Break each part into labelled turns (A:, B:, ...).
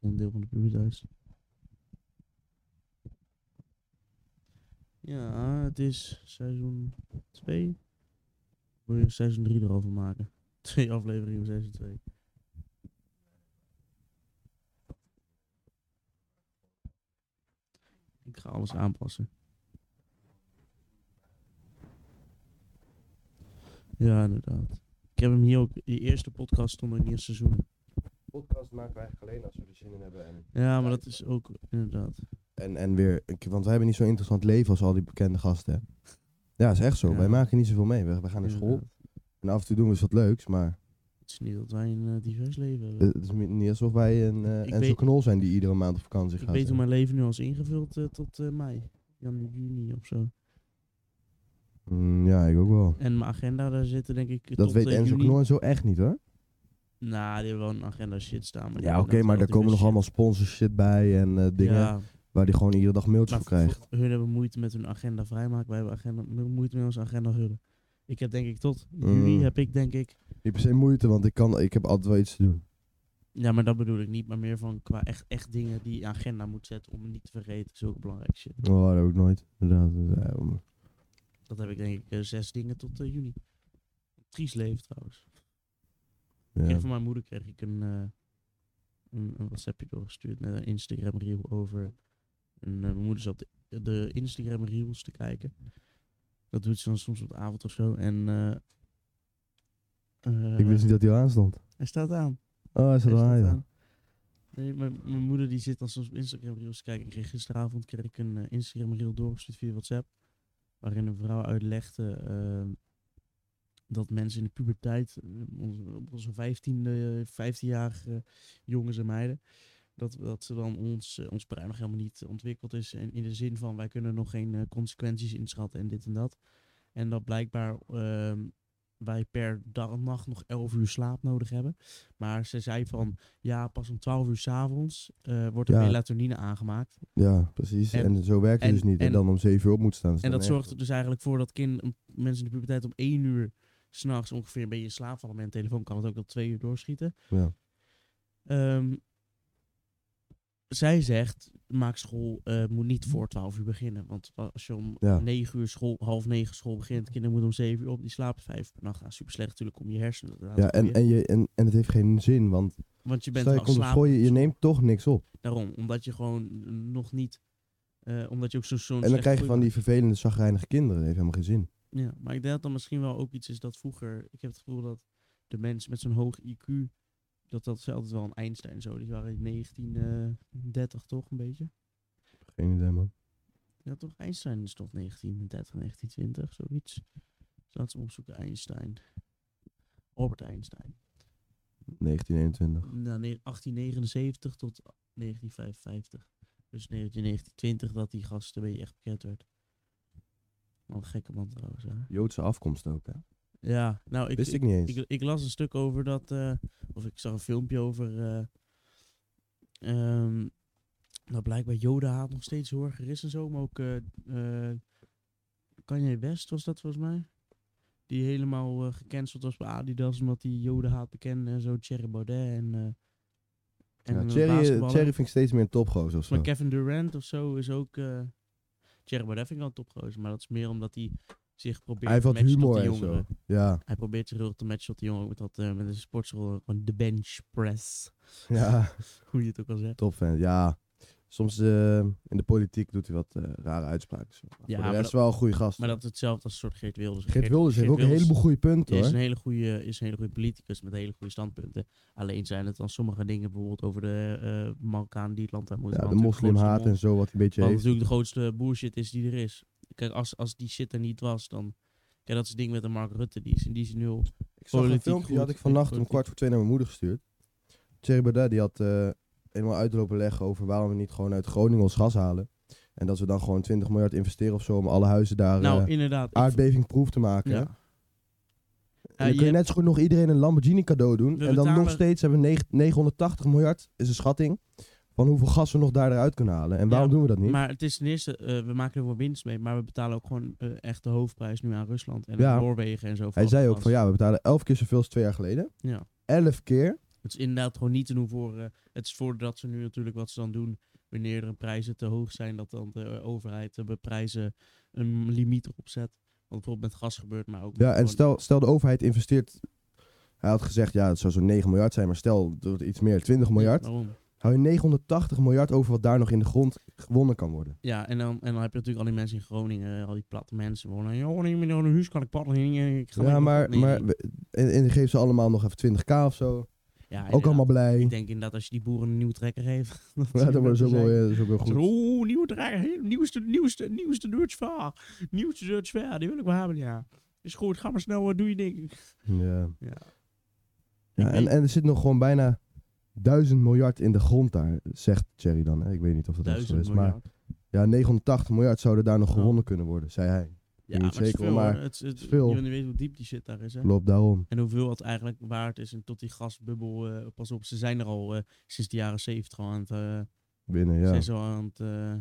A: een deel van de buurt uit. Ja, het is seizoen 2. Wil je seizoen 3 erover maken? Twee afleveringen van seizoen 2. Ik ga alles aanpassen. Ja, inderdaad. Ik heb hem hier ook, die eerste podcast stond nog niet in het seizoen.
B: podcast maken we eigenlijk alleen als we er zin in hebben. En,
A: Ja, maar dat is ook inderdaad.
B: en, en weer, ik- want wij hebben niet zo'n interessant leven als al die bekende gasten. hè. Ja, is echt zo.
A: Ja.
B: Wij maken niet zoveel mee. We, we gaan naar school.
A: Inderdaad.
B: En af en toe doen we eens wat leuks, maar
A: Het is niet dat wij een eh, divers leven hebben.
B: het is mi- niet alsof wij een eh
A: Ik
B: Enzo
A: weet-
B: Knol zijn die iedere maand op vakantie
A: Ik
B: gaat.
A: weet hoe mijn leven nu al is ingevuld eh, tot eh, mei. Januari, juni of zo.
B: Mm, ja, ik ook wel.
A: En mijn agenda, daar zitten denk ik
B: Dat
A: tot
B: weet
A: eh,
B: Enzo
A: juni.
B: Knol en zo echt niet hoor.
A: Nou, die hebben wel een agenda shit staan. Maar die
B: Ja, oké,
A: hebben
B: maar daar
A: inderdaad
B: komen nog
A: wel
B: allemaal sponsorshit bij en eh, dingen
A: diverse shit. Ja,
B: waar die gewoon iedere dag mailtjes
A: maar
B: voor krijgt.
A: voor- hun hebben moeite met hun agenda vrijmaken. Wij hebben agenda, moeite met onze agenda hullen. Ik heb denk ik tot juni
B: Mm.
A: heb ik denk ik...
B: Niet per se moeite, want ik, kan, ik heb altijd wel iets te doen.
A: Ja, maar dat bedoel ik niet. Maar meer van qua echt, echt dingen die je agenda moet zetten om het niet te vergeten. Zulke belangrijke shit.
B: Oh, dat ook nooit. Inderdaad. eh, Ja, om-
A: Dat heb ik denk ik eh, zes dingen tot eh, juni. Tries leven trouwens. Ik
B: ja.
A: kreeg van mijn moeder kreeg ik een, eh een, een WhatsAppje doorgestuurd met een Instagram reel over. En, eh, mijn moeder zat de, de Instagram reels te kijken. Dat doet ze dan soms op de avond of zo. En eh, eh,
B: Ik wist niet dat hij al aanstond.
A: hij staat aan.
B: Oh, hij staat
A: Hij
B: al aan,
A: staat
B: ja.
A: aan. Nee, mijn, mijn moeder die zit dan soms op Instagram reels te kijken. Ik kreeg gisteravond kreeg ik een eh, Instagram reel doorgestuurd via WhatsApp. Waarin een vrouw uitlegde eh, dat mensen in de puberteit, eh, onze- op onze 15e, 15-jarige jongens en meiden, dat, dat ze dan ons, eh, ons brein nog helemaal niet ontwikkeld is. En in de zin van wij kunnen nog geen eh, consequenties inschatten en dit en dat. En dat blijkbaar ehm, wij per dag en nacht nog 11 uur slaap nodig hebben. Maar ze zei van ja, pas om 12 uur s'avonds avonds eh, wordt er
B: Ja.
A: melatonine aangemaakt.
B: Ja, precies.
A: En-
B: En, zo werkt het
A: en-
B: dus niet. En,
A: en-
B: dan om zeven uur op moet staan. is
A: En
B: dan
A: dat
B: erg.
A: zorgt er dus eigenlijk voor dat kind, om- mensen in de puberteit om één uur s'nachts ongeveer een beetje in slaap vallen met een telefoon. Kan het ook tot twee uur doorschieten.
B: Ja.
A: Ehm, zij zegt, maak school, eh, moet niet voor twaalf uur beginnen. Want als je om
B: Ja.
A: negen uur school, half negen school begint, kinderen moeten om zeven uur op, die slapen vijf per nacht. Nou, super slecht natuurlijk om je hersenen. te laten
B: Ja, en,
A: groeien.
B: en, je, en, en het heeft geen zin, want
A: want je bent
B: stel je
A: al
B: komt op
A: slaap-
B: school, je, je neemt toch niks op.
A: Daarom, omdat je gewoon nog niet, eh, omdat je ook zo- zo'n
B: En dan
A: slechte
B: krijg je van
A: groei-
B: die vervelende, zagrijnige kinderen. Dat heeft helemaal geen zin.
A: Ja, maar ik denk dat dat misschien wel ook iets is dat vroeger... Ik heb het gevoel dat de mensen met zo'n hoog IQ... Dat dat ze altijd wel een Einstein zo. Die waren in 1930 toch, een beetje?
B: Geen idee, man.
A: Ja, toch? Einstein is toch 1930, 1920, zoiets. Dus laten we opzoeken. Einstein. Albert Einstein.
B: 1921.
A: Nou, nee, 1879 tot 1955. Dus 1920 dat die gast een beetje echt bekend werd. Wat een gekke man trouwens, hè?
B: Joodse afkomst ook, hè?
A: Ja, nou, ik,
B: Wist ik niet eens.
A: Ik, ik las een stuk over dat, eh, of ik zag een filmpje over eh, ehm, dat blijkbaar Jodenhaat nog steeds heel erg er is en zo, maar ook eh, eh, Kanye West was dat volgens mij, die helemaal eh, gecanceld was bij Adidas omdat hij Jodenhaat bekende en zo, Thierry Baudet en eh en
B: Ja,
A: een
B: Thierry, eh,
A: basketballer.
B: Thierry vind ik steeds meer een topgozer of zo.
A: Maar Kevin Durant of zo is ook. eh Thierry Baudet vind ik wel een topgozer, maar dat is meer omdat hij zich probeert
B: Hij heeft
A: te
B: wat
A: matchen
B: humor
A: tot de
B: en zo.
A: jongeren.
B: Ja,
A: Hij probeert zich heel erg te matchen tot de jongeren met, dat, eh, met een sportschool van de bench press.
B: ja.
A: Hoe je het ook al zegt.
B: Topfan, ja. Soms eh, in de politiek doet hij wat eh, rare uitspraken. Zo. Maar
A: Ja,
B: voor
A: maar
B: de rest
A: dat-
B: wel een goede gast.
A: Maar dat is hetzelfde als een soort Geert Wilders.
B: Geert Wilders heeft ook een
A: Wilders
B: heleboel goede punten,
A: Is
B: hoor.
A: een, hele goede, is een hele goede politicus met hele goede standpunten. Alleen zijn het dan sommige dingen, bijvoorbeeld over de eh Marokkaan die het land uit moeten.
B: Ja, de
A: want natuurlijk
B: moslimhaat
A: grootste
B: en zo, wat hij een beetje
A: Wat
B: heeft.
A: natuurlijk de grootste bullshit is die er is. Kijk, als, als die shit er niet was, dan... Kijk, dat is het ding met de Mark Rutte. Die is in die zin heel...
B: Ik zag een
A: Politiek
B: filmpje, die
A: goed.
B: had ik vannacht om
A: Politiek.
B: kwart voor twee naar mijn moeder gestuurd. Thierry Baudet die had eh helemaal uitlopen leggen over waarom we niet gewoon uit Groningen ons gas halen. En dat we dan gewoon 20 miljard investeren of zo om alle huizen daar eh,
A: nou, inderdaad. ik-
B: aardbevingproef te maken.
A: Ja.
B: En
A: Ja,
B: dan
A: je
B: kun je
A: hebt-
B: net zo goed nog iedereen een Lamborghini cadeau doen.
A: We
B: en dan nog
A: betalen-
B: steeds hebben we negen- 980 miljard, is een schatting, van hoeveel gas we nog daar eruit kunnen halen. En waarom
A: Ja,
B: doen we dat niet?
A: Maar het is ten eerste, eh, we maken er wel winst mee, maar we betalen ook gewoon eh, echt de hoofdprijs nu aan Rusland en aan
B: Ja.
A: Noorwegen en zo. voor
B: Hij
A: al
B: zei
A: dat
B: ook
A: gas.
B: van ja, we betalen 11 keer zoveel als twee jaar geleden.
A: Ja.
B: 11 keer.
A: Het is inderdaad gewoon niet te doen voor... eh, het is voordat ze nu natuurlijk wat ze dan doen... wanneer de prijzen te hoog zijn... dat dan de eh, overheid eh, bij prijzen een limiet opzet. Wat bijvoorbeeld met gas gebeurt, maar ook... met
B: Ja, en
A: gewoon-
B: stel, stel de overheid investeert. Hij had gezegd, ja, het zou zo'n 9 miljard zijn, maar stel, het wordt iets meer, 20 miljard.
A: Ja, waarom?
B: Hou je 980 miljard over wat daar nog in de grond gewonnen kan worden.
A: Ja, en dan, en dan heb je natuurlijk al die mensen in Groningen, eh, al die platte mensen. Wonen, ja, wanneer ik naar een nou huis kan ik paddelen. Ik ga
B: ja,
A: lekker-
B: maar,
A: Nee,
B: maar
A: nee.
B: we- en, en geef ze allemaal nog even 20k of zo.
A: Ja,
B: Ook
A: inderdaad.
B: allemaal blij.
A: Ik denk inderdaad als je die boeren een nieuwe trekker geeft.
B: Ja, dat wordt ook wel,
A: mooi.
B: dat is ook wel goed.
A: Oeh, nieuwe trekker, heel- nieuwste, nieuwste, nieuwste Dutch vaar. Nieuwste Dutch vaar, die wil ik wel hebben, ja. Is goed, ga maar snel, eh, doe je ding.
B: Ja.
A: Ja.
B: Ja, en, en er zit nog gewoon bijna duizend miljard in de grond daar, zegt Thierry dan. Hè? Ik weet niet of dat echt zo
A: Duizend
B: is.
A: miljard.
B: Maar ja, 980 miljard zouden daar nog
A: Ja.
B: gewonnen kunnen worden, zei hij.
A: ja,
B: niet
A: maar het is
B: zeker,
A: veel,
B: maar
A: hoor. het, het,
B: is veel.
A: Je weet hoe diep die shit daar is, hè.
B: Klopt, daarom.
A: En hoeveel het eigenlijk waard is. En tot die gasbubbel, eh, pas op, ze zijn er al eh, sinds de jaren zeventig aan het... eh,
B: Winnen, ja.
A: Zijn ze al aan het... eh,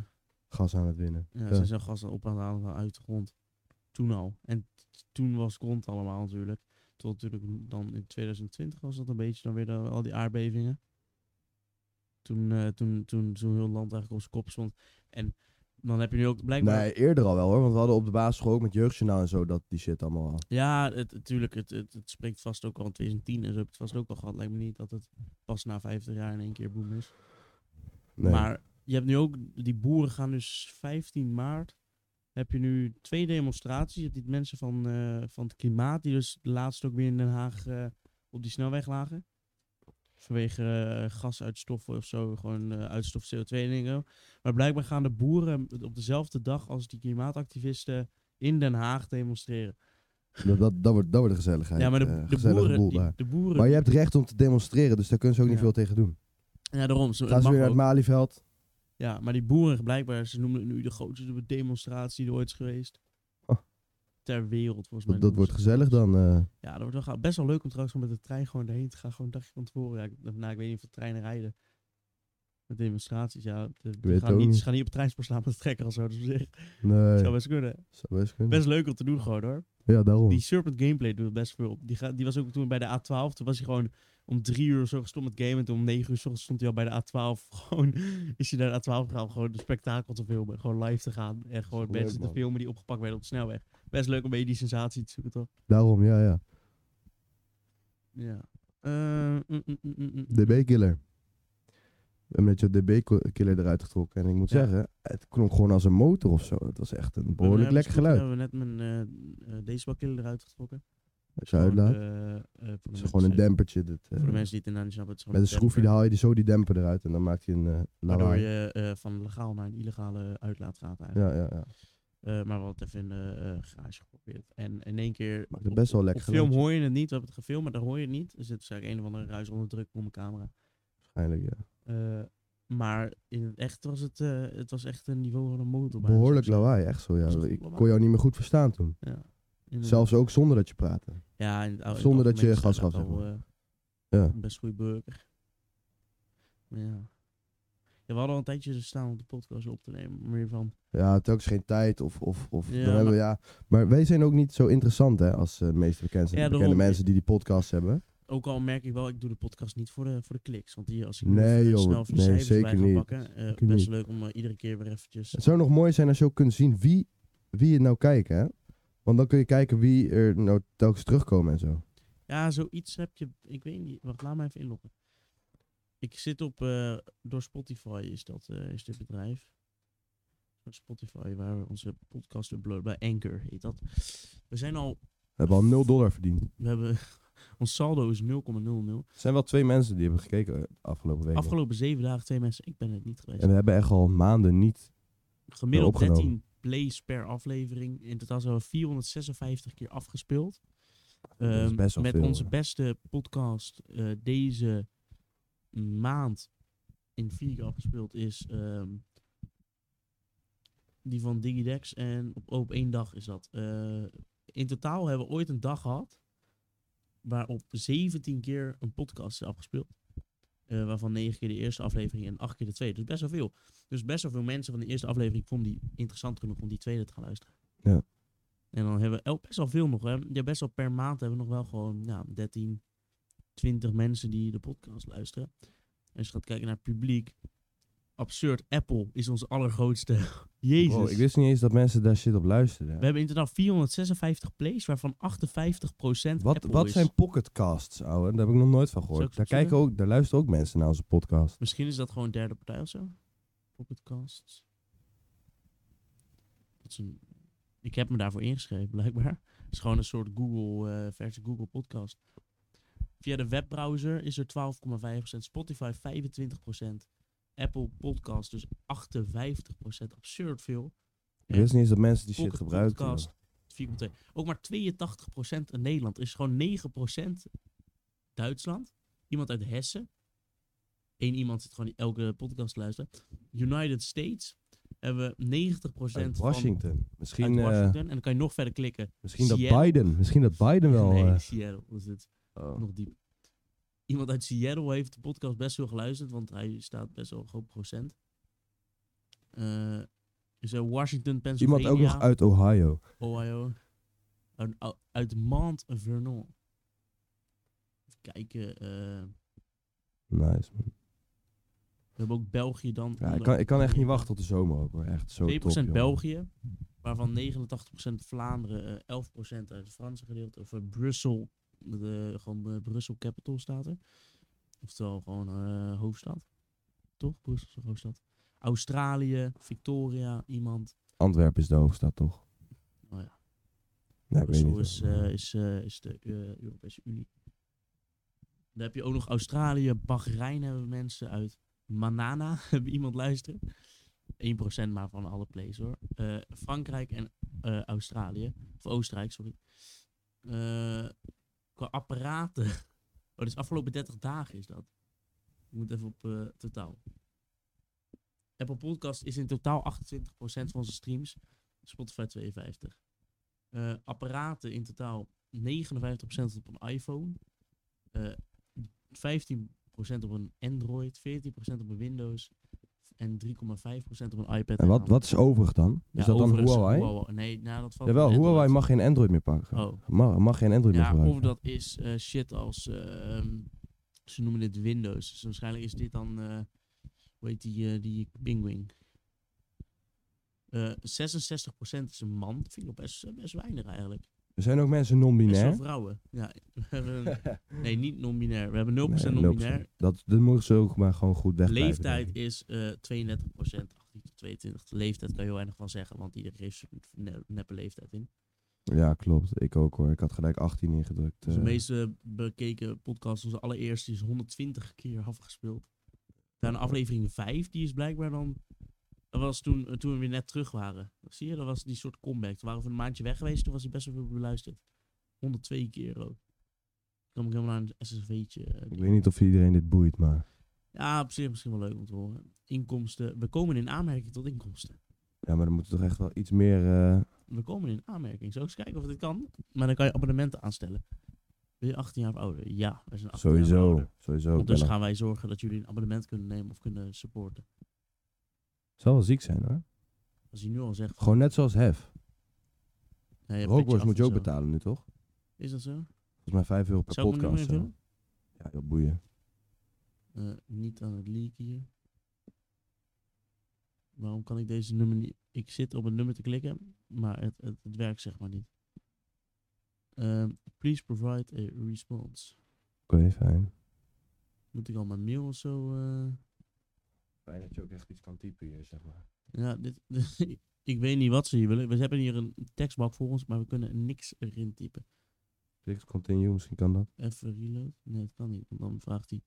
B: Gas aan het winnen.
A: Ja,
B: Ja.
A: ze zijn gas op aan het halen uit de grond. Toen al. En t- toen was het grond allemaal natuurlijk. Tot natuurlijk dan in 2020 was dat een beetje dan weer de- al die aardbevingen. Toen, eh, toen, toen, toen heel het land eigenlijk op zijn kop stond. En dan heb je nu ook blijkbaar...
B: Nee, eerder al wel hoor, want we hadden op de basisschool ook met jeugdjournaal en zo dat die shit allemaal al.
A: Ja, het, natuurlijk. Het, het, het spreekt vast ook al in 2010 en zo heb je het vast ook al gehad. Lijkt me niet dat het pas na 50 jaar in één keer boem is.
B: Nee.
A: Maar je hebt nu ook, die boeren gaan dus 15 maart. Heb je nu twee demonstraties. Je hebt die mensen van, eh, van het klimaat, die dus laatst ook weer in Den Haag eh, op die snelweg lagen. Vanwege eh, gasuitstoffen of zo, gewoon eh, uitstof CO2 en dingen. Maar blijkbaar gaan de boeren op dezelfde dag als die klimaatactivisten in Den Haag demonstreren.
B: dat, dat, dat, wordt, dat wordt de gezelligheid.
A: Ja, maar de,
B: eh,
A: de
B: gezellige
A: boeren,
B: boel
A: die,
B: daar.
A: de boeren...
B: Maar je hebt recht om te demonstreren, dus daar kunnen ze ook niet
A: Ja.
B: veel tegen doen.
A: ja, daarom. Zo,
B: Gaan ze
A: mag
B: weer naar
A: ook.
B: het Malieveld?
A: Ja, maar die boeren blijkbaar, ze noemen het nu de grootste demonstratie die er ooit is geweest.
B: Oh.
A: Ter wereld, volgens mij.
B: Dat, dat
A: noemen
B: wordt
A: ze het.
B: gezellig dan. eh.
A: Ja, dat wordt wel gaaf. best wel leuk om trouwens om met de trein gewoon erheen te gaan. Gewoon een dagje van tevoren. Ja, ik, nou, ik weet niet of de treinen rijden. Met demonstraties, ja. De, ze
B: weet het
A: gaan
B: ook
A: niet,
B: niet.
A: Ze gaan niet op het treinspoor slaan met de trekker of zo. Dus op zich,
B: Nee,
A: zou best kunnen.
B: zou best kunnen.
A: Best leuk om te doen gewoon, hoor.
B: Ja, daarom.
A: Die Serpent Gameplay doet best veel op. Die, ga- die was ook toen bij de A12. Toen was hij gewoon om drie uur of zo gestopt met gamen. En toen om negen uur 's ochtends stond hij al bij de A12. Gewoon is hij naar de A12 gegaan. om Gewoon een spektakel te filmen. Gewoon live te gaan. En gewoon
B: leuk,
A: mensen te
B: man.
A: filmen die opgepakt werden op de snelweg. Best leuk om een beetje die sensatie te zoeken, toch?
B: Daarom, ja, ja.
A: Ja. Eh, mm, mm, mm, mm, mm.
B: DB-killer. We hebben net je DB-killer eruit getrokken. En ik moet
A: Ja.
B: zeggen, het klonk gewoon als een motor of zo. Het was echt een
A: We
B: behoorlijk
A: hebben
B: lekker
A: scooter-
B: geluid.
A: hebben We hebben net mijn eh, eh deze bakkiller eruit getrokken. eh,
B: Als je uitlaat. Het is gewoon een
A: demper.
B: dempertje. Dit, eh,
A: Voor de mensen die het inderdaad niet snappen. het is
B: met
A: gewoon
B: een schroefje
A: demper,
B: dan haal je die, zo die demper eruit. En dan maakt hij een eh
A: Waardoor
B: lawaai.
A: je eh, van legaal naar een illegale uitlaat gaat eigenlijk.
B: Ja, ja, ja.
A: Eh, maar we hadden het even in de eh, garage geprobeerd. En in één keer...
B: Maakt het best wel lekker
A: Op film
B: geluidje.
A: hoor je het niet. We hebben het gefilmd, maar daar hoor je het niet. Er zit waarschijnlijk een of andere ruis onder druk op mijn camera.
B: Waarschijnlijk, ja.
A: Eh, maar in het echt was het, eh, het was echt een niveau van een motor. bijna,
B: Behoorlijk
A: zou ik
B: lawaai, echt zo.
A: Dat is
B: Ja.
A: een goed
B: Ik
A: lawaai.
B: kon jou niet meer goed verstaan toen.
A: zeggen. Ja, inderdaad.
B: Zelfs ook zonder dat je praatte.
A: Ja, in het oude-
B: zonder
A: in het
B: dat je
A: algemeen is
B: gas
A: dat
B: gaf,
A: al,
B: zeg
A: eh,
B: Ja.
A: een Best goede burger. Maar ja. Ja, we hadden al een tijdje staan om de podcast op te nemen. Meer van...
B: Ja, telkens geen tijd of... of, of
A: Ja,
B: dan hebben we, ja. Maar wij zijn ook niet zo interessant hè, als eh, de meeste bekende,
A: Ja,
B: bekende
A: daarom.
B: mensen die die podcast hebben.
A: Ook al merk ik wel, ik doe de podcast niet voor de, voor de kliks. Want die, als ik
B: Nee,
A: even
B: joh,
A: snel even de
B: nee,
A: cijfers
B: zeker
A: bij ga
B: niet.
A: pakken. eh,
B: Zeker
A: best
B: niet.
A: leuk om eh, iedere keer weer eventjes...
B: Het zou nog mooi zijn als je ook kunt zien wie, wie het nou kijkt hè. Want dan kun je kijken wie er nou telkens terugkomen en zo.
A: Ja, zoiets heb je... Ik weet niet. Wacht, laat me even inloggen. Ik zit op... eh, door Spotify is dat eh, is dit bedrijf. Door Spotify, waar we onze podcast uploaden. Bij Anchor heet dat. We zijn al...
B: We hebben al 0 dollar verdiend.
A: We hebben... Ons saldo is 0,00.
B: Er zijn wel twee mensen die hebben gekeken eh, de afgelopen weken.
A: Afgelopen zeven dagen twee mensen. Ik ben het niet geweest.
B: en we hebben echt al maanden niet...
A: Gemiddeld
B: opgenomen.
A: 13 plays per aflevering. In totaal zijn we 456 keer afgespeeld.
B: is
A: Ehm,
B: best wel
A: met
B: veel,
A: onze
B: hè?
A: beste podcast eh, deze maand in vier keer afgespeeld is ehm, die van DigiDex. En op, op één dag is dat. Eh, in totaal hebben we ooit een dag gehad waarop 17 keer een podcast is afgespeeld. Eh, waarvan 9 keer de eerste aflevering en 8 keer de tweede. Dus best wel veel. Dus best wel veel mensen van de eerste aflevering vonden die interessant genoeg om die tweede te gaan luisteren.
B: Ja.
A: En dan hebben we el- best wel veel nog. Hè? Ja, best wel per maand hebben we nog wel gewoon ja, 13, 20 mensen die de podcast luisteren. En als je gaat kijken naar het publiek. Absurd, Apple is onze allergrootste. Jezus.
B: Bro, ik wist niet eens dat mensen daar shit op luisterden.
A: We hebben in totaal 456 plays, waarvan 58%
B: Wat,
A: Apple
B: wat
A: is.
B: zijn pocketcasts, ouwe? Daar heb ik nog nooit van
A: Zou
B: gehoord.
A: ik opzoeken?
B: Daar, kijken ook, daar luisteren ook mensen naar onze podcast.
A: Misschien is dat gewoon een derde partij of zo. Pocketcasts. Dat is een... Ik heb me daarvoor ingeschreven, blijkbaar. Het is gewoon een soort Google, eh versie Google podcast. Via de webbrowser is er 12,5%, Spotify 25%, Apple podcast dus 58%. Absurd veel.
B: Ik wist niet eens dat mensen die shit
A: Pocket
B: gebruiken.
A: Podcast,
B: joh.
A: 4,2. Ook maar 82% in Nederland. Is gewoon 9% Duitsland. Iemand uit Hessen. Eén iemand zit gewoon die elke podcast te luisteren. United States hebben we 90%
B: Uit
A: van
B: Washington. Misschien,
A: uit
B: eh,
A: Washington. En dan kan je nog verder klikken.
B: misschien dat
A: Seattle.
B: Biden. Misschien dat Biden wel.
A: nee,
B: eh,
A: Seattle. Dat is het.
B: oh.
A: Nog diep. Iemand uit Seattle heeft de podcast best veel geluisterd, want hij staat best wel een groot procent. Eh, is er Washington, Pennsylvania.
B: Iemand ook nog uit Ohio.
A: Ohio. Uit, uit- uit Mount Vernon. Even kijken. eh,
B: Nice. man.
A: we hebben ook België dan.
B: Ja, ik, kan, ik kan echt niet wachten tot de zomer ook hoor. Echt zo
A: 2%
B: top, joh.
A: België. Waarvan 89% Vlaanderen. eh, 11% uit het Franse gedeelte. Of eh, Brussel. De, gewoon eh, Brussel Capital staat er. Oftewel gewoon eh, hoofdstad. Toch? Brussel is een hoofdstad. Australië. Victoria. Iemand.
B: Antwerpen is de hoofdstad toch?
A: Oh ja.
B: Nee, ik weet
A: Brussel
B: niet.
A: is,
B: hoor.
A: eh, is, eh, is de eh, Europese Unie. Dan heb je ook nog Australië, Bahrein hebben we mensen uit. Manana, hebben iemand luisteren. 1% maar van alle plays hoor. Eh, Frankrijk en eh, Australië. Of Oostenrijk, sorry. Eh, qua apparaten. Oh, dus afgelopen 30 dagen is dat. Ik moet even op eh, totaal. Apple Podcast is in totaal 28% van onze streams. Spotify 52. Eh, apparaten in totaal 59% op een iPhone, eh, 15% op een Android, 14% op een Windows en 3,5% op een iPad.
B: En wat, wat is overig dan? Is
A: Ja,
B: dat dan
A: overigens
B: Huawei?
A: Nee, nou, dat valt
B: Jawel,
A: onder
B: Huawei
A: Android.
B: mag geen Android meer pakken.
A: Oh.
B: Mag, mag geen Android meer
A: Ja,
B: gebruiken.
A: of dat is eh, shit als. eh, ehm, ze noemen dit Windows. Dus waarschijnlijk is dit dan. eh hoe heet die, eh, die Pingwing? Eh 66% is een man. Dat vind ik nog best, best weinig eigenlijk.
B: Er zijn ook mensen
A: Best wel
B: non-binair.
A: vrouwen. Ja, we hebben, nee, niet non-binair. We hebben 0%
B: Nee,
A: non-binair.
B: 0%. Dat, dat moeten ze ook maar gewoon goed wegblijven.
A: Leeftijd
B: denk ik.
A: is eh 32%, 18 tot 22. De leeftijd kan je heel weinig van zeggen, want iedereen heeft zo'n ne- neppe leeftijd in.
B: Ja, klopt. Ik ook hoor. Ik had gelijk 18 ingedrukt.
A: Onze
B: eh.
A: meest eh, bekeken podcast, onze allereerste, is 120 keer afgespeeld. Daarna aflevering 5, die is blijkbaar dan... Dat was toen, eh, toen we weer net terug waren. Zie je, dat was die soort comeback. Toen waren we een maandje weg geweest, toen was hij best wel veel beluisterd. 102 keer ook. Toen kwam ik helemaal naar een SSV'tje. eh,
B: Ik weet niet of iedereen dit boeit, maar...
A: Ja, op zich misschien wel leuk om te horen. Inkomsten. We komen in aanmerking tot inkomsten.
B: Ja, maar er moet toch echt wel iets meer... eh,
A: We komen in aanmerking. Zo eens kijken of dit kan. Maar dan kan je abonnementen aanstellen. Ben je 18 jaar of ouder? Ja, wij zijn 18 jaar of
B: sowieso.
A: ouder.
B: Sowieso. Ik
A: dus
B: ben al-
A: gaan wij zorgen dat jullie een abonnement kunnen nemen of kunnen supporten.
B: Zal wel ziek zijn hoor.
A: Als je nu al zegt...
B: Gewoon net zoals Hef.
A: nee, een beetje
B: Rookworst
A: af
B: moet je
A: en
B: ook
A: zo.
B: betalen nu toch?
A: Is dat zo?
B: Volgens mij 5 euro per
A: Zou ik mijn
B: podcast.
A: nummer
B: zo. Ja, joh, boeien.
A: Eh, niet aan het leak hier. Waarom kan ik deze nummer niet... Ik zit op een nummer te klikken, maar het, het, het werkt zeg maar niet. Ehm, please provide a response.
B: Oké, fijn.
A: Moet ik al mijn mail of zo? eh?
B: Fijn dat je ook echt iets kan typen hier, zeg maar.
A: Ja, dit, ik weet niet wat ze hier willen. We hebben hier een tekstbak voor ons, maar we kunnen niks erin typen.
B: Kliks continue, misschien kan dat.
A: Even reload? Nee, dat kan niet, want dan vraagt hij.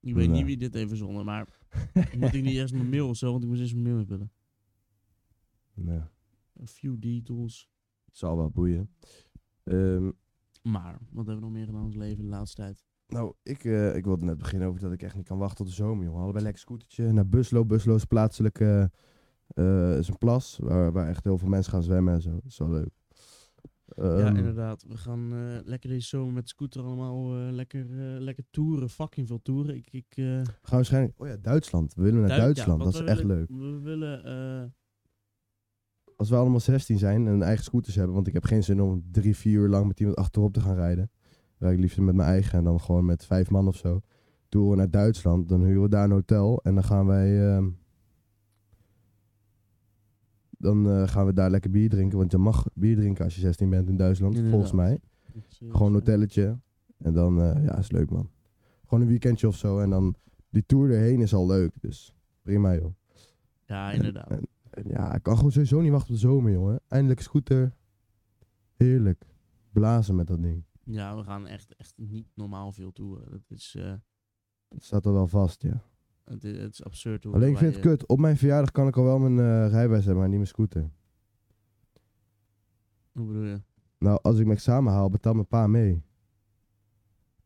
A: Ik weet
B: Nee.
A: niet wie dit even zonder, maar moet ik niet eerst mijn mail of zo, want ik moest eerst mijn mail invullen.
B: Nee.
A: A few details.
B: Zal wel boeien. Ehm,
A: Maar, wat hebben we nog meer gedaan in ons leven de laatste tijd?
B: nou, ik, eh, ik wilde net beginnen over dat ik echt niet kan wachten tot de zomer, jongen. Allebei lekker scootertje naar Buslo. Buslo is plaatselijke... eh, is een plas waar, waar echt heel veel mensen gaan zwemmen en zo. Dat is wel leuk.
A: ja,
B: Ehm,
A: inderdaad. We gaan eh, lekker deze zomer met scooter allemaal eh, lekker, eh, lekker toeren. Fucking veel toeren. Ik, ik, eh,
B: We gaan waarschijnlijk... Oh ja, Duitsland. We willen naar
A: Duit- ja,
B: Duitsland.
A: want
B: dat is
A: we
B: echt
A: willen-
B: leuk.
A: We willen eh,
B: Als we allemaal 16 zijn en een eigen scooters hebben... Want ik heb geen zin om drie, vier uur lang met iemand achterop te gaan rijden. Rijd ik liefst met mijn eigen en dan gewoon met vijf man of zo. Toeren we naar Duitsland, dan huren we daar een hotel en dan gaan wij. ehm, dan eh, gaan we daar lekker bier drinken, want je mag bier drinken als je 16 bent in Duitsland, volgens
A: Inderdaad.
B: mij.
A: eh,
B: Gewoon een hotelletje. En dan, eh, ja, is leuk man. Gewoon een weekendje of zo. En dan, die tour erheen is al leuk. Dus prima joh.
A: Ja, inderdaad.
B: En- en ja, ik kan gewoon sowieso niet wachten op de zomer jongen. Eindelijk scooter. Heerlijk. Blazen met dat ding.
A: Ja, we gaan echt, echt niet normaal veel toeren. Dat is, eh,
B: Dat staat al wel vast, ja.
A: het, is het is absurd. hoe
B: Alleen ik
A: wij,
B: vind het
A: eh,
B: kut. Op mijn verjaardag kan ik al wel mijn eh, rijbewijs hebben, maar niet mijn scooter.
A: eh, Hoe bedoel je?
B: Nou, als ik mijn examen haal, betaalt mijn pa mee.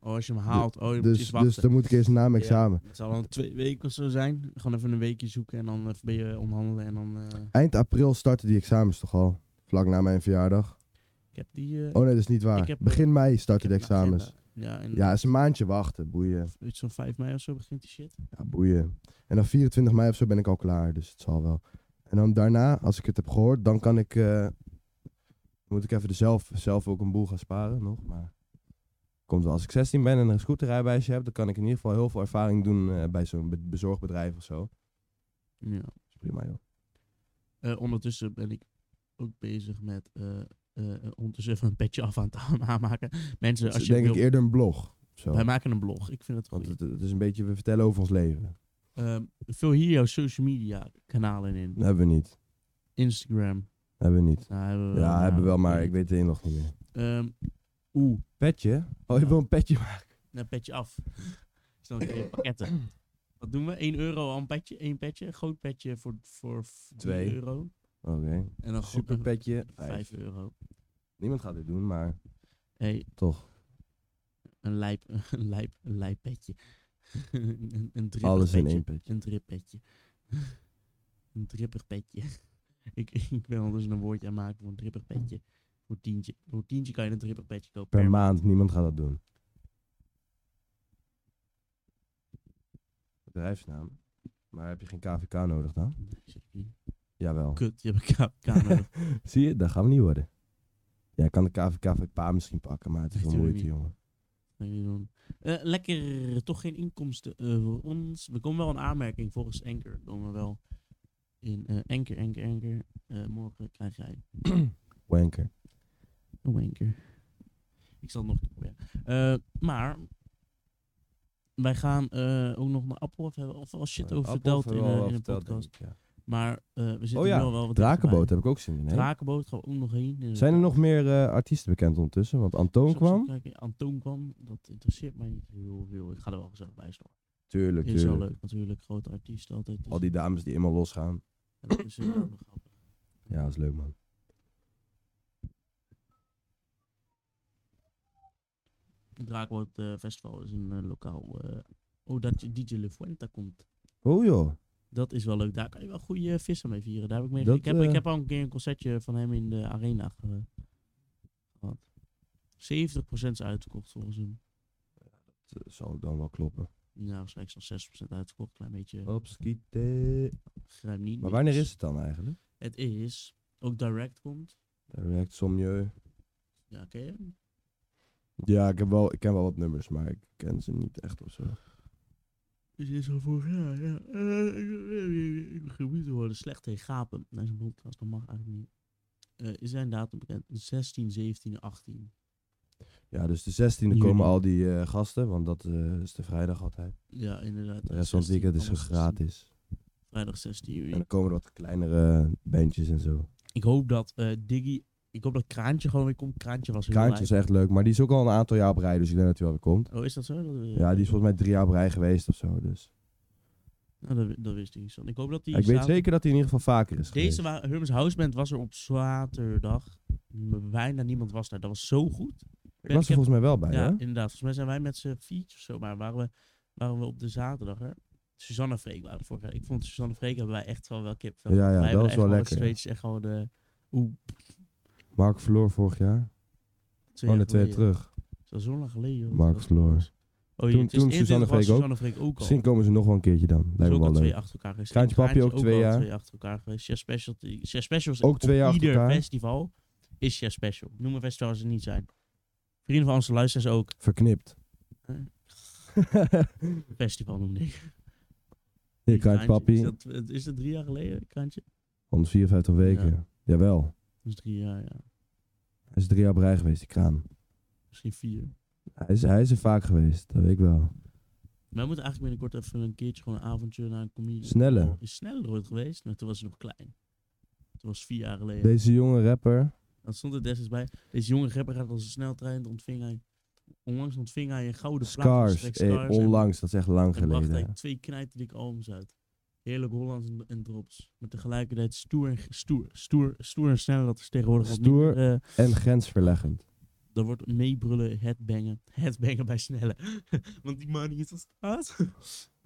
A: Oh, als je hem haalt. Oh, je moet
B: Dus,
A: eens wachten.
B: dus dan moet ik eerst na mijn
A: Ja.
B: examen.
A: Het zal dan twee weken of zo zijn. Gewoon even een weekje zoeken en dan even ben je onderhandelen. En dan, eh,
B: Eind april starten die examens toch al? Vlak na mijn verjaardag.
A: ik heb die... eh,
B: Oh nee, dat is niet waar.
A: Ik heb-
B: Begin mei
A: ik
B: starten
A: heb
B: de
A: een
B: examens.
A: agenda. Ja, en
B: Ja, is een maandje wachten, boeien.
A: iets van 5 mei of zo begint die shit.
B: Ja, boeien. En dan 24 mei of zo ben ik al klaar, dus het zal wel. En dan daarna, als ik het heb gehoord, dan kan ik... eh, moet ik even er zelf, zelf ook een boel gaan sparen nog, maar... Komt wel. Als ik 16 ben en een scooterrijbewijsje heb, dan kan ik in ieder geval heel veel ervaring doen eh, bij zo'n be- bezorgbedrijf of zo.
A: Ja.
B: Is prima, joh.
A: Eh, ondertussen ben ik ook bezig met... eh, eh, eh, ondertussen even een petje af aan het aanmaken. Mensen,
B: Het
A: als
B: is
A: je
B: Dus denk
A: wil...
B: ik eerder een blog. of Zo.
A: Wij maken een blog. Ik vind het goed.
B: Want het, het is een beetje, we vertellen over ons leven.
A: Ehm, vul hier jouw social media kanalen in.
B: Dat hebben we niet. Dat
A: Instagram.
B: hebben we niet.
A: Nou, hebben we
B: Ja,
A: nou,
B: hebben we wel, maar
A: weet
B: ik weet de inlog niet meer.
A: Ehm, Oeh,
B: Petje? Oh, je wil een petje maken?
A: een petje af. Dus dan krijg je pakketten. Wat doen we? 1 euro aan petje, één petje. Een groot petje voor, voor v- drie
B: Twee.
A: euro.
B: Oké.
A: En dan gro-
B: Super
A: een-
B: petje.
A: vijf euro.
B: Niemand gaat dit doen, maar
A: hey,
B: toch.
A: een lijp, een lijp, een lijp petje. een, een drippig
B: Alles in
A: petje.
B: één petje.
A: Een drippetje. een drippig petje. ik, ik ben al dus een woordje aan het maken voor een drippig petje. Voor tientje. Voor tientje kan je een drippig petje kopen.
B: Per maand, niemand gaat dat doen. Bedrijfsnaam. Maar heb je geen KVK nodig dan?
A: Nee, zeg ik niet.
B: Jawel.
A: Kut, je hebt een kamer.
B: Zie je, dat gaan we niet worden. Ja, ik kan de KVK van je pa misschien pakken, maar het is wel
A: Natuurlijk
B: moeite,
A: niet.
B: jongen.
A: Eh, lekker, toch geen inkomsten eh, voor ons. We komen wel een aanmerking volgens Anker. Komen we wel in eh Anker, Anker, Anker. Eh, morgen krijg jij
B: Wanker.
A: een Anker. Ik zal het nog een keer proberen. Eh, maar wij gaan eh, ook nog naar Appel. Of hebben we al shit over verteld in, eh, in de podcast. Maar eh, we zitten
B: Oh ja,
A: nu al wel wat
B: Drakenboot heb ik ook zin in. hè?
A: Drakenboot gaan we ook nog heen. inderdaad.
B: Zijn er nog meer eh, artiesten bekend ondertussen? Want Antoon
A: Zal ik eens
B: kwam.
A: kijken? Antoon kwam. Dat interesseert mij niet heel veel. Ik ga er wel gezellig bij staan.
B: Tuurlijk,
A: Is eh, wel
B: tuurlijk.
A: leuk natuurlijk, grote artiest altijd. Dus
B: Al die dames die helemaal losgaan.
A: dat is, eh, wel grappig.
B: Ja, dat is leuk, man.
A: Het Draakwoord eh, Festival is een eh, lokaal... eh, oh, dat je DJ Le Fuente komt.
B: Oh joh.
A: Dat is wel leuk. Daar kan je wel goede eh, vissen mee vieren. Daar heb ik mee
B: Dat,
A: ik, heb,
B: eh,
A: ik heb al een keer een concertje van hem in de arena ge- gehad. 70% is uitverkocht volgens hem.
B: Dat zal dan wel kloppen.
A: Nou, waarschijnlijk is nog 6% uitverkocht. Klein beetje.
B: Opskieten.
A: Grijp niet
B: Oh.
A: mis.
B: Maar wanneer is het dan eigenlijk?
A: het? is... Ook Direct komt.
B: Direct Sommieu.
A: Ja, ken je hem?
B: Ja, ik, heb wel, ik ken wel wat nummers, maar ik ken ze niet echt of zo.
A: Dus is al vorig jaar, ja. Eh, ik- ik begin moe te worden. Slecht tegen gapen. Naar zijn podcast, dat mag eigenlijk niet. Eh, is zijn datum bekend? 16, 17, 18.
B: Ja, dus de 16e
A: Juni.
B: komen al die eh, gasten, want dat eh, is de vrijdag altijd.
A: Ja, inderdaad.
B: De rest van
A: 16,
B: het weekend is
A: allemaal 16.
B: gratis.
A: Vrijdag 16
B: En
A: juni.
B: dan komen er wat kleinere eh, bandjes en zo.
A: Ik hoop dat eh, Diggy... Ik hoop dat Kraantje gewoon weer komt. Kraantje was heel
B: Kraantje is
A: blij.
B: echt leuk, maar die is ook al een aantal jaar op rij, dus ik denk dat hij wel weer komt.
A: Oh, is dat zo? Dat, eh,
B: Ja, die is volgens mij drie jaar op rij geweest of zo. Dus.
A: nou, dat, wi- dat wist ik niet. zo. Ik hoop dat die...
B: ik weet
A: zaterdag-
B: zeker dat hij in ieder geval vaker is geweest.
A: Deze wa- Herman's Houseband was er op zaterdag. M- Bijna niemand was daar. Dat was zo goed.
B: ik was
A: ik
B: er
A: heb-
B: volgens mij wel bij,
A: Ja,
B: hè?
A: inderdaad. Volgens mij zijn wij met z'n fiets of zo, maar waren we, waren we op de zaterdag er. Suzanne en Freek waren er vorig jaar. Ik vond Suzanne en Freek hebben wij echt wel wel kip.
B: Ja, ja, dat was wel lekker, ja.
A: Steeds echt gewoon de. Oeh,
B: Mark verloor vorig jaar.
A: twee jaar
B: Oh, net twee
A: geleden.
B: jaar terug.
A: Dat is zo lang geleden. joh.
B: Mark
A: Dat
B: verloor.
A: was- Oh,
B: Toen-
A: toen,
B: toen
A: toen
B: Suzanne
A: Suzanne
B: en Freek
A: Freek ook. Suzanne en Freek ook al.
B: Misschien komen ze nog wel een keertje dan.
A: Ze
B: Lijkt me
A: ook
B: wel
A: al
B: leuk.
A: twee achter elkaar geweest.
B: Kraantje Papi
A: Kraantje
B: ook twee
A: al
B: jaar.
A: twee achter elkaar geweest. Chef Special. Chef Specials
B: Ook
A: op
B: twee jaar achter
A: ieder
B: elkaar.
A: festival is Chef Special. Noem een festival als ze niet zijn. Vrienden van onze luisteraars ook.
B: Verknipt.
A: Festival noemde ik.
B: Hier,
A: Kraantje.
B: Kaart Papi.
A: Is dat, is dat drie jaar geleden, Kraantje?
B: 154 weken.
A: Ja.
B: Jawel.
A: Dat is drie jaar, ja.
B: Hij is drie jaar op rij geweest, die kraan.
A: Misschien vier.
B: Hij is, hij is er vaak geweest, dat weet ik wel.
A: Maar we moeten eigenlijk binnenkort even een keertje gewoon een avontuur naar een comedian.
B: Snelle.
A: Is sneller ooit geweest, maar toen was hij nog klein. Toen was het vier jaar geleden.
B: Deze jonge rapper.
A: Dat stond er destijds bij. Deze jonge rapper gaat als een sneltrein. Ontving hij, onlangs ontving hij een gouden plaat.
B: Scars.
A: Scars.
B: Hey, onlangs, dat is echt lang
A: En bracht hij
B: geleden.
A: twee knijterdikke albums uit. Heerlijk Hollands en, en drops. Maar tegelijkertijd stoer en, ge- stoer, stoer, stoer en snel. Dat is tegenwoordig wat
B: Stoer.
A: minder, eh,
B: En grensverleggend.
A: dat wordt meebrullen, headbangen. Headbangen bij snelle. Want die man is als staat.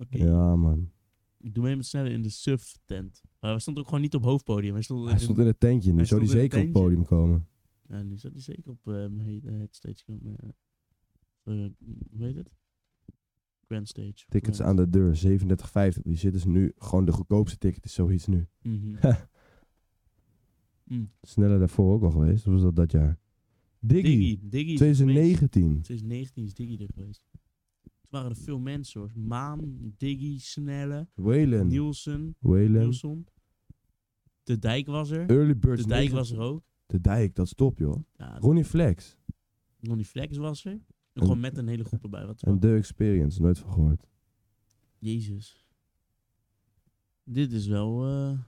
A: Oké.
B: Ja, man.
A: Ik doe mee met snelle in de suf tent. Maar hij stond ook gewoon niet op hoofdpodium. Hij stond,
B: Hij stond in het tentje, nu
A: Hij
B: zou die
A: stond in het
B: zeker op het
A: tentje.
B: podium komen.
A: Ja, nu zat hij zeker op eh, hoe heet- eh, het stage. eh, eh, hoe heet het? Grand Stage.
B: Tickets
A: Grand.
B: aan de deur, 37,50. Die zitten ze nu, gewoon de goedkoopste ticket is zoiets nu.
A: Mhm.
B: Sneller daarvoor ook al geweest, of was dat dat jaar? Diggy,
A: Diggy. Diggy. is er geweest.
B: 2019.
A: 2019 is Diggy er geweest. Toen waren er veel mensen hoor. Maan, Diggy, Snelle,
B: Waylon,
A: Nielsen,
B: Waylon.
A: Nielsen. De Dijk was er.
B: Early Birds.
A: De Dijk
B: 90.
A: was er ook.
B: De Dijk, dat is top joh.
A: Ja,
B: Ronnie Flex
A: Ronnie Flex was er. En gewoon met een hele groep erbij. Wat
B: en The Experience, nooit van gehoord.
A: Jezus. Dit is wel... eh,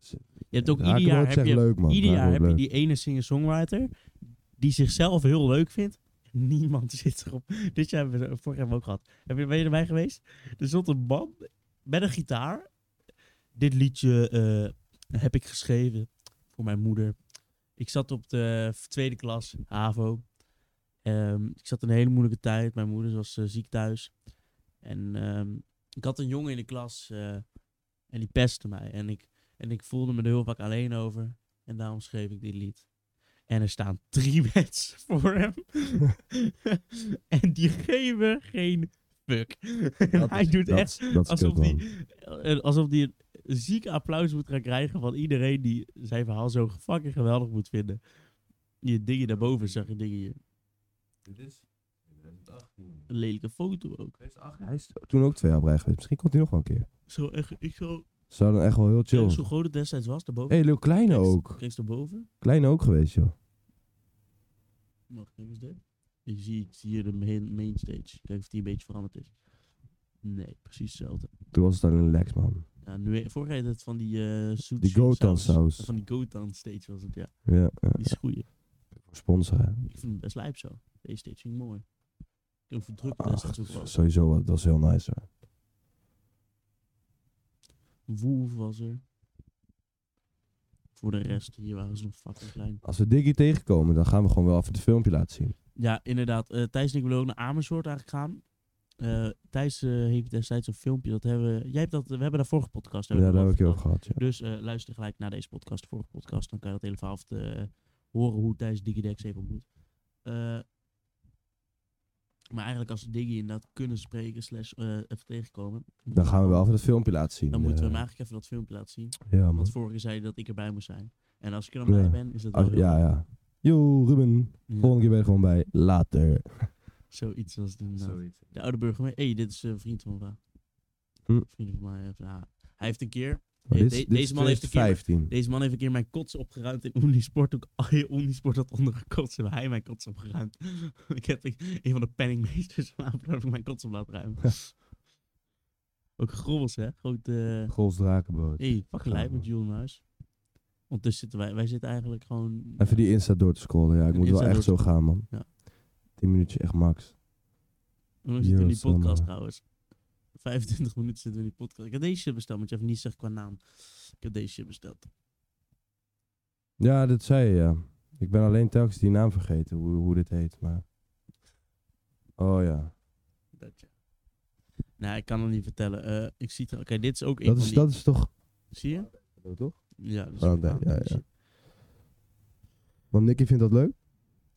B: ze-
A: Je hebt ook ieder
B: Rakenwoud
A: jaar
B: is
A: heb
B: echt
A: je
B: leuk man.
A: Ieder jaar heb
B: Rakenwoud
A: je
B: leuk.
A: die ene singer-songwriter die zichzelf heel leuk vindt. Niemand zit erop. Dit jaar hebben we vorig jaar hebben we ook gehad. Heb je, ben je erbij geweest? Er stond een man met een gitaar. Dit liedje eh, heb ik geschreven voor mijn moeder. Ik zat op de tweede klas, HAVO. Ehm, ik zat in een hele moeilijke tijd. Mijn moeder was eh, ziek thuis. En ehm, ik had een jongen in de klas eh, en die pestte mij. En ik, en ik voelde me er heel vaak alleen over. En daarom schreef ik dit lied. En er staan drie mensen voor hem. en die geven geen fuck. en
B: Dat
A: hij
B: is-
A: doet
B: dat
A: echt
B: is- dat is
A: alsof
B: kut, man.
A: die, eh, alsof die een ziek applaus moet gaan krijgen van iedereen die zijn verhaal zo fucking geweldig moet vinden. Je dingen daarboven zag je dingen hier.
B: Dit is 2018.
A: Een lelijke foto ook.
B: Hij is toen ook twee jaar op rij geweest. Misschien komt hij nog wel een keer.
A: Zo echt, ik zo,
B: Zou dan echt wel heel
A: zo
B: chill.
A: groot het destijds was, daarboven.
B: Hé, hey, Lil Kleine
A: Rechts-
B: ook.
A: Rechts daarboven.
B: Kleine ook geweest, joh.
A: Wacht, kijk eens dit. Ik zie, ik zie hier de main, main stage. Kijk of die een beetje veranderd is. Nee, precies hetzelfde.
B: Toen was het alleen Lex, man.
A: Ja, nu, vorig jaar had het van die eh zoet
B: Die
A: zoet
B: Gotan saus.
A: Van die Gotan stage was het, ja.
B: Ja, ja.
A: Die is goeie.
B: sponsoren.
A: Ik vind het best lijp zo. Deze stage vind ik mooi. Ik heb verdrukt
B: Ach,
A: destijds ook wel.
B: sowieso, wat- dat is heel nice, hoor.
A: Woef was er. Voor de rest, hier waren ze nog fucking klein.
B: Als we Diggy tegenkomen, dan gaan we gewoon wel even het filmpje laten zien.
A: Ja, inderdaad. Eh, Thijs en ik willen ook naar Amersfoort eigenlijk gaan. Eh, Thijs eh, heeft destijds een filmpje. Dat hebben, we- jij hebt dat, we hebben daar vorige podcast.
B: Ja, daar
A: nog
B: heb ik je over
A: over
B: gehad, ja.
A: gehad. Dus eh, luister gelijk naar deze podcast, de vorige podcast. Dan kan je dat hele verhaal eh, horen hoe Thijs Digidex heeft ontmoet. Eh, maar eigenlijk als we Diggy inderdaad kunnen spreken slash eh, even tegenkomen.
B: Dan gaan we wel even het filmpje laten zien.
A: Dan moeten we hem
B: eh.
A: eigenlijk even dat filmpje laten zien.
B: Ja, man.
A: Want vorige keer zei hij dat ik erbij moest zijn. En als ik er dan bij
B: Mhm. Ja.
A: ben, is dat wel
B: Als-
A: heel
B: ja,
A: leuk.
B: ja. Yo, Ruben.
A: Ja,
B: Volgende keer ben je er gewoon bij. Later.
A: Zoiets als het inderdaad. De oude burgemeester. hey, dit is eh, een vriend van mij.
B: Hm.
A: Vriend van mij. eh, ja. Hij heeft een keer...
B: Maar
A: Hey,
B: dit, is-
A: de-
B: dit
A: deze
B: is
A: man heeft een keer-
B: 2015.
A: Deze man heeft een keer mijn kots opgeruimd in Unisport. Ook alle Unisport had ondergekotst. En hij mijn kots opgeruimd. ik heb een een van de penningmeesters van Apeldoorn heb ik mijn kots op laten ruimen. Ook grobbels, hè? Groot... eh,
B: Gols Drakenboot.
A: hey, fucking lijp
B: man.
A: met Jules Muis. Ondertussen zitten wij... Wij zitten eigenlijk gewoon...
B: Even die Insta door te scrollen. Ja, ik
A: Een
B: moet wel
A: Insta
B: echt zo
A: door
B: gaan, man.
A: Ja.
B: 10 minuutjes echt max.
A: Hoe zitten we in die
B: Jules, dan,
A: podcast
B: eh.
A: trouwens? 25 minuten zitten we in die podcast. Ik heb deze shit besteld, want je hebt niet gezegd qua naam. Ik heb deze shit besteld.
B: Ja, dat zei je, ja. Ik ben alleen telkens die naam vergeten, hoe, hoe dit heet, maar... Oh ja.
A: Dat ja. Nou, ik kan het niet vertellen. Eh, ik zie het. Oké, dit is ook een
B: Dat
A: van
B: is,
A: die.
B: dat is toch...
A: Zie je?
B: toch?
A: Ja, dat is
B: Oh,
A: ook
B: daar,
A: een
B: ja,
A: van die
B: ja.
A: shit.
B: Want Nicky vindt dat leuk.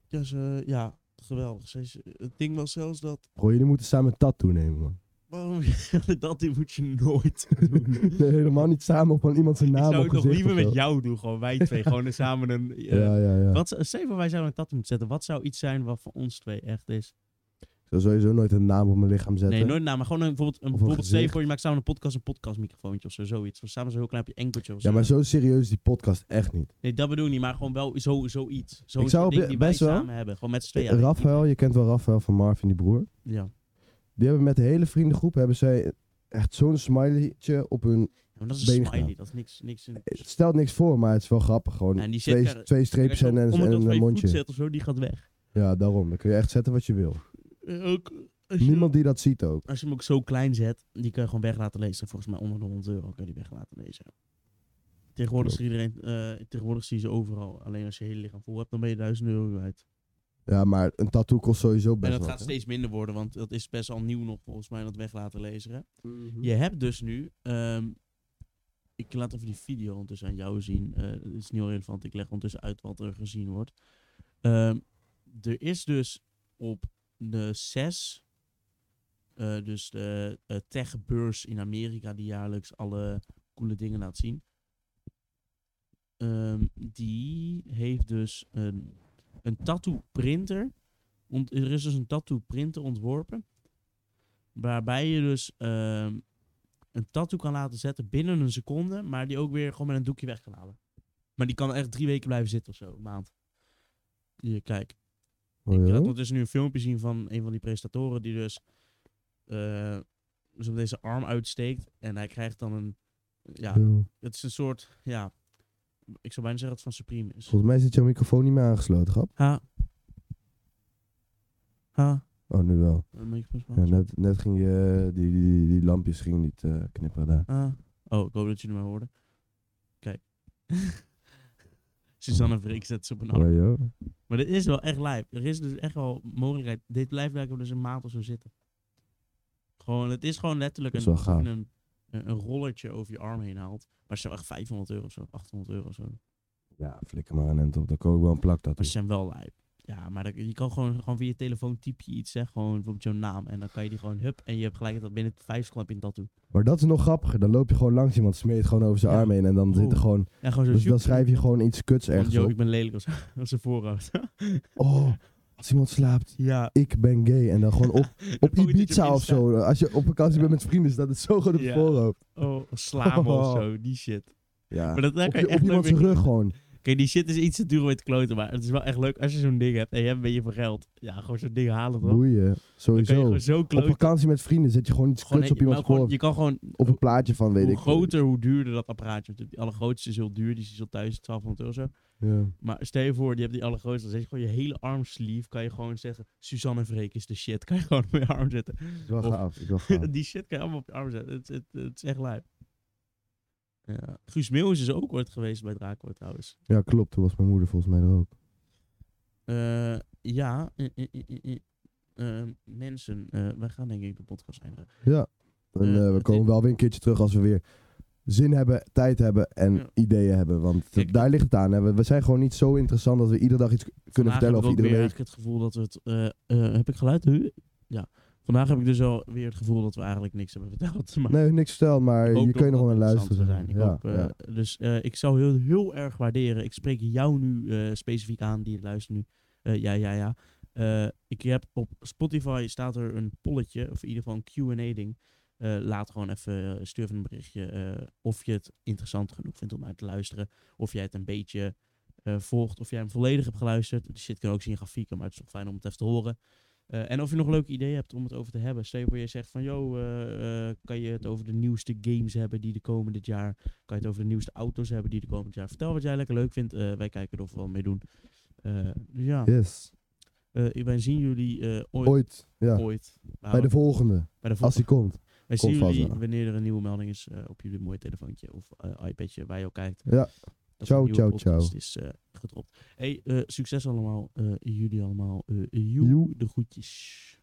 A: Ja, ze, ja geweldig. Ze is- het ding was zelfs dat.
B: Bro, jullie moeten samen een tattoo nemen, man.
A: Waarom dat die moet je nooit doen.
B: Nee, helemaal niet samen op aan iemand zijn
A: ik
B: naam
A: zou
B: of
A: het nog
B: gezicht
A: liever
B: of zo.
A: met jou doen, gewoon wij twee. gewoon eens samen een... eh,
B: Ja, ja, ja.
A: Wat, zou- stel je voor, wij zouden een tattoo moeten zetten. Wat zou iets zijn wat voor ons twee echt is?
B: Ik zou sowieso nooit een naam op mijn lichaam zetten.
A: Nee, nooit naam, maar gewoon een, bijvoorbeeld, een,
B: een
A: bijvoorbeeld stel je
B: gezicht.
A: voor, je maakt samen een podcast, een podcastmicrofoontje of zo, zoiets. Of samen zo'n heel klein op je enkeltje of zo.
B: ja, maar zo serieus is die podcast echt niet.
A: Nee, dat bedoel ik niet, maar gewoon wel zo, zoiets. Zo'n
B: Ik zou
A: soort
B: op-
A: ding die wij
B: best wel-
A: samen hebben, gewoon met z'n tweeën.
B: Rafael, je kent wel Rafael van Marvin, die broer.
A: Ja.
B: Die hebben met de hele vriendengroep hebben zij echt zo'n smileytje op hun...
A: Ja, maar dat is
B: Benen
A: een smiley,
B: gedaan.
A: dat is niks... niks een-
B: Het stelt niks voor, maar het is wel grappig. Gewoon
A: En die zit
B: twee,
A: daar-
B: twee streepjes en,
A: Om
B: en,
A: het op
B: en
A: twee voet
B: een mondje.
A: zet of zo, die gaat weg.
B: Ja, daarom. Dan kun je echt zetten wat je wil.
A: Eh, Ook, als, je,
B: Niemand die dat ziet ook.
A: als je hem ook zo klein zet, die kun je gewoon weg laten lezen. Volgens mij onder de 100 euro kun je die weg laten lezen. Tegenwoordig, is er iedereen, eh, tegenwoordig zie je ze overal. Alleen als je hele lichaam vol hebt, dan ben je 1000 euro kwijt.
B: Ja, maar een tattoo kost sowieso best
A: en dat
B: wat,
A: gaat
B: hè?
A: steeds minder worden, want dat is best al nieuw nog volgens mij, dat weg laten lezen. Hè?
B: Mhm.
A: Je hebt dus nu, ehm, ik laat even die video ondertussen aan jou zien. Eh, Het is niet heel relevant, ik leg ondertussen uit wat er gezien wordt. Ehm, er is dus op de 6, eh, dus de eh, techbeurs in Amerika, die jaarlijks alle coole dingen laat zien. Ehm, die heeft dus een, een tattoo printer. Ont- er is dus een tattoo printer ontworpen. Waarbij je dus ehm, een tattoo kan laten zetten binnen een seconde. Maar die ook weer gewoon met een doekje weg kan halen. Maar die kan echt drie weken blijven zitten of zo. Een maand. Hier, kijk.
B: Oh,
A: Ik
B: joh?
A: laat ondertussen nu een filmpje zien van een van die presentatoren die dus, eh, dus op deze arm uitsteekt. En hij krijgt dan een... Ja,
B: Joh.
A: het is een soort... Ja, ik zou bijna zeggen dat het van Supreme is.
B: Volgens mij zit jouw microfoon niet meer aangesloten, grap.
A: Ha. Ha.
B: Oh, nu wel.
A: Een microfoon.
B: Ja, nou, net, net ging je... Die, die, die lampjes gingen niet eh, knipperen daar.
A: Ah. Oh, ik hoop dat jullie mij hoorden. Kijk. Suzanne Freek zet ze op een arm.
B: Oh, joh.
A: Maar dit is wel echt live. Er is dus echt wel mogelijkheid. Dit blijft blijkbaar dus een maand of zo zitten. Gewoon, het is gewoon letterlijk
B: Dat is
A: een,
B: wel gaaf.
A: een, een, een rolletje over je arm heen haalt. Maar ze zijn wel echt 500 euro of zo, 800 euro of zo. Maar
B: Ja, flikker maar een end op. Dan koop ik wel een plak
A: ze zijn wel live. Ja, maar dat- je kan gewoon, gewoon via je telefoon typ je iets, zeg gewoon bijvoorbeeld jouw naam. En dan kan je die gewoon hup. En je hebt gelijk dat binnen 5 seconden heb je een tattoo.
B: Maar dat is nog grappiger. Dan loop je gewoon langs iemand, smeer je het gewoon over zijn
A: Ja.
B: arm heen. En dan
A: Oh.
B: zit er gewoon...
A: En gewoon zo
B: Dus dan
A: zoep,
B: schrijf je gewoon iets kuts
A: van,
B: ergens
A: yo,
B: op.
A: ik ben lelijk als, als een voorhoofd.
B: Oh, als iemand slaapt.
A: ja.
B: Ik ben gay. En dan gewoon op, op
A: poot dat je
B: Ibiza
A: op
B: of
A: Insta-
B: zo. Als je op vakantie bent met vrienden, staat het zo goed op je
A: Ja.
B: voorhoofd.
A: Oh, slaam
B: Oh.
A: of zo, die shit.
B: Ja.
A: Maar dat, daar
B: Op,
A: kan je
B: je,
A: echt
B: op
A: leuk
B: iemand
A: mee-
B: zijn rug gewoon.
A: Oké, die shit is iets te duur om mee te kloten, maar het is wel echt leuk als je zo'n ding hebt en je hebt een beetje van geld. Ja, gewoon zo'n ding halen toch?
B: Boeien.
A: Dan kan je
B: Sowieso.
A: gewoon zo
B: Op
A: kloten.
B: vakantie met vrienden zet je gewoon iets
A: Gewoon,
B: kuts op
A: nee, maar
B: iemands
A: gewoon,
B: voorhoofd.
A: je kan gewoon,
B: Op een plaatje van, weet
A: hoe
B: ik veel.
A: groter, hoe duurder dat apparaatje. Want Die allergrootste is heel duur, die is zo thuis 1200 euro zo.
B: Ja.
A: Maar stel je voor, die hebt die allergrootste, dan zet je gewoon je hele armsleeve, kan je gewoon zeggen, Suzanne Vreek is de shit, kan je gewoon op je arm zetten.
B: Is wel
A: Of-
B: gaaf. Is wel gaaf.
A: die shit kan je allemaal op je arm zetten, het, het, het is echt lui. Ja. Guus Meeuwis is ook ooit geweest bij Draco trouwens.
B: Ja, klopt. Toen was mijn moeder volgens mij er ook.
A: Eh, ja, eh, eh, eh, eh, eh, mensen, eh, wij gaan denk ik de podcast eindigen.
B: Ja. En
A: Eh,
B: eh, we
A: het
B: komen
A: is-
B: wel weer een keertje terug als we weer zin hebben, tijd hebben en
A: Ja.
B: ideeën hebben. Want
A: Kijk,
B: daar ligt het aan. Hè. We, we zijn gewoon niet zo interessant dat we iedere dag iets k- kunnen
A: Vandaag
B: vertellen.
A: heb ik
B: Of
A: ook
B: iedere
A: weer
B: week.
A: eigenlijk het gevoel dat we het... eh, eh, heb ik geluid nu? Ja. Vandaag heb ik dus al weer het gevoel dat we eigenlijk niks hebben verteld. Maar
B: Nee, niks verteld, maar
A: ik hoop
B: je
A: dat
B: kunt nog wel
A: dat
B: naar
A: interessant
B: luisteren.
A: zou
B: ja,
A: Ik hoop,
B: ja.
A: eh, Dus eh, ik zou heel, heel erg waarderen. Ik spreek jou nu eh, specifiek aan, die luistert nu. Eh, ja, ja, ja. Eh, ik heb op Spotify staat er een polletje, of in ieder geval een Q&A-ding. laat gewoon even, eh, stuur even een berichtje eh, of je het interessant genoeg vindt om naar te luisteren. Of jij het een beetje eh, volgt, of jij hem volledig hebt geluisterd. Die shit kan ook zien in grafieken, maar het is toch fijn om het even te horen. Eh, en of je nog leuke ideeën hebt om het over te hebben. Stel je voor je zegt van, yo, eh, eh, kan je het over de nieuwste games hebben die er komen dit jaar? Kan je het over de nieuwste auto's hebben die er komen dit jaar? Vertel wat jij lekker leuk vindt. Eh, wij kijken of we wel mee doen. Eh, dus ja,
B: Yes.
A: eh, wij zien jullie eh, ooit.
B: Ooit. Ja.
A: ooit. Maar
B: Bij de volgende,
A: bij de volgende.
B: als die komt.
A: wij zien
B: komt vast
A: jullie
B: wel.
A: wanneer er een nieuwe melding is eh, op jullie mooie telefoontje of eh, iPadje waar je ook kijkt.
B: Ja.
A: Dat
B: Ciao,
A: een nieuwe
B: ciao,
A: podcast
B: ciao.
A: is eh, gedropt. Hey, eh, succes allemaal. eh, jullie allemaal. Eh, joe,
B: Joe.
A: de groetjes.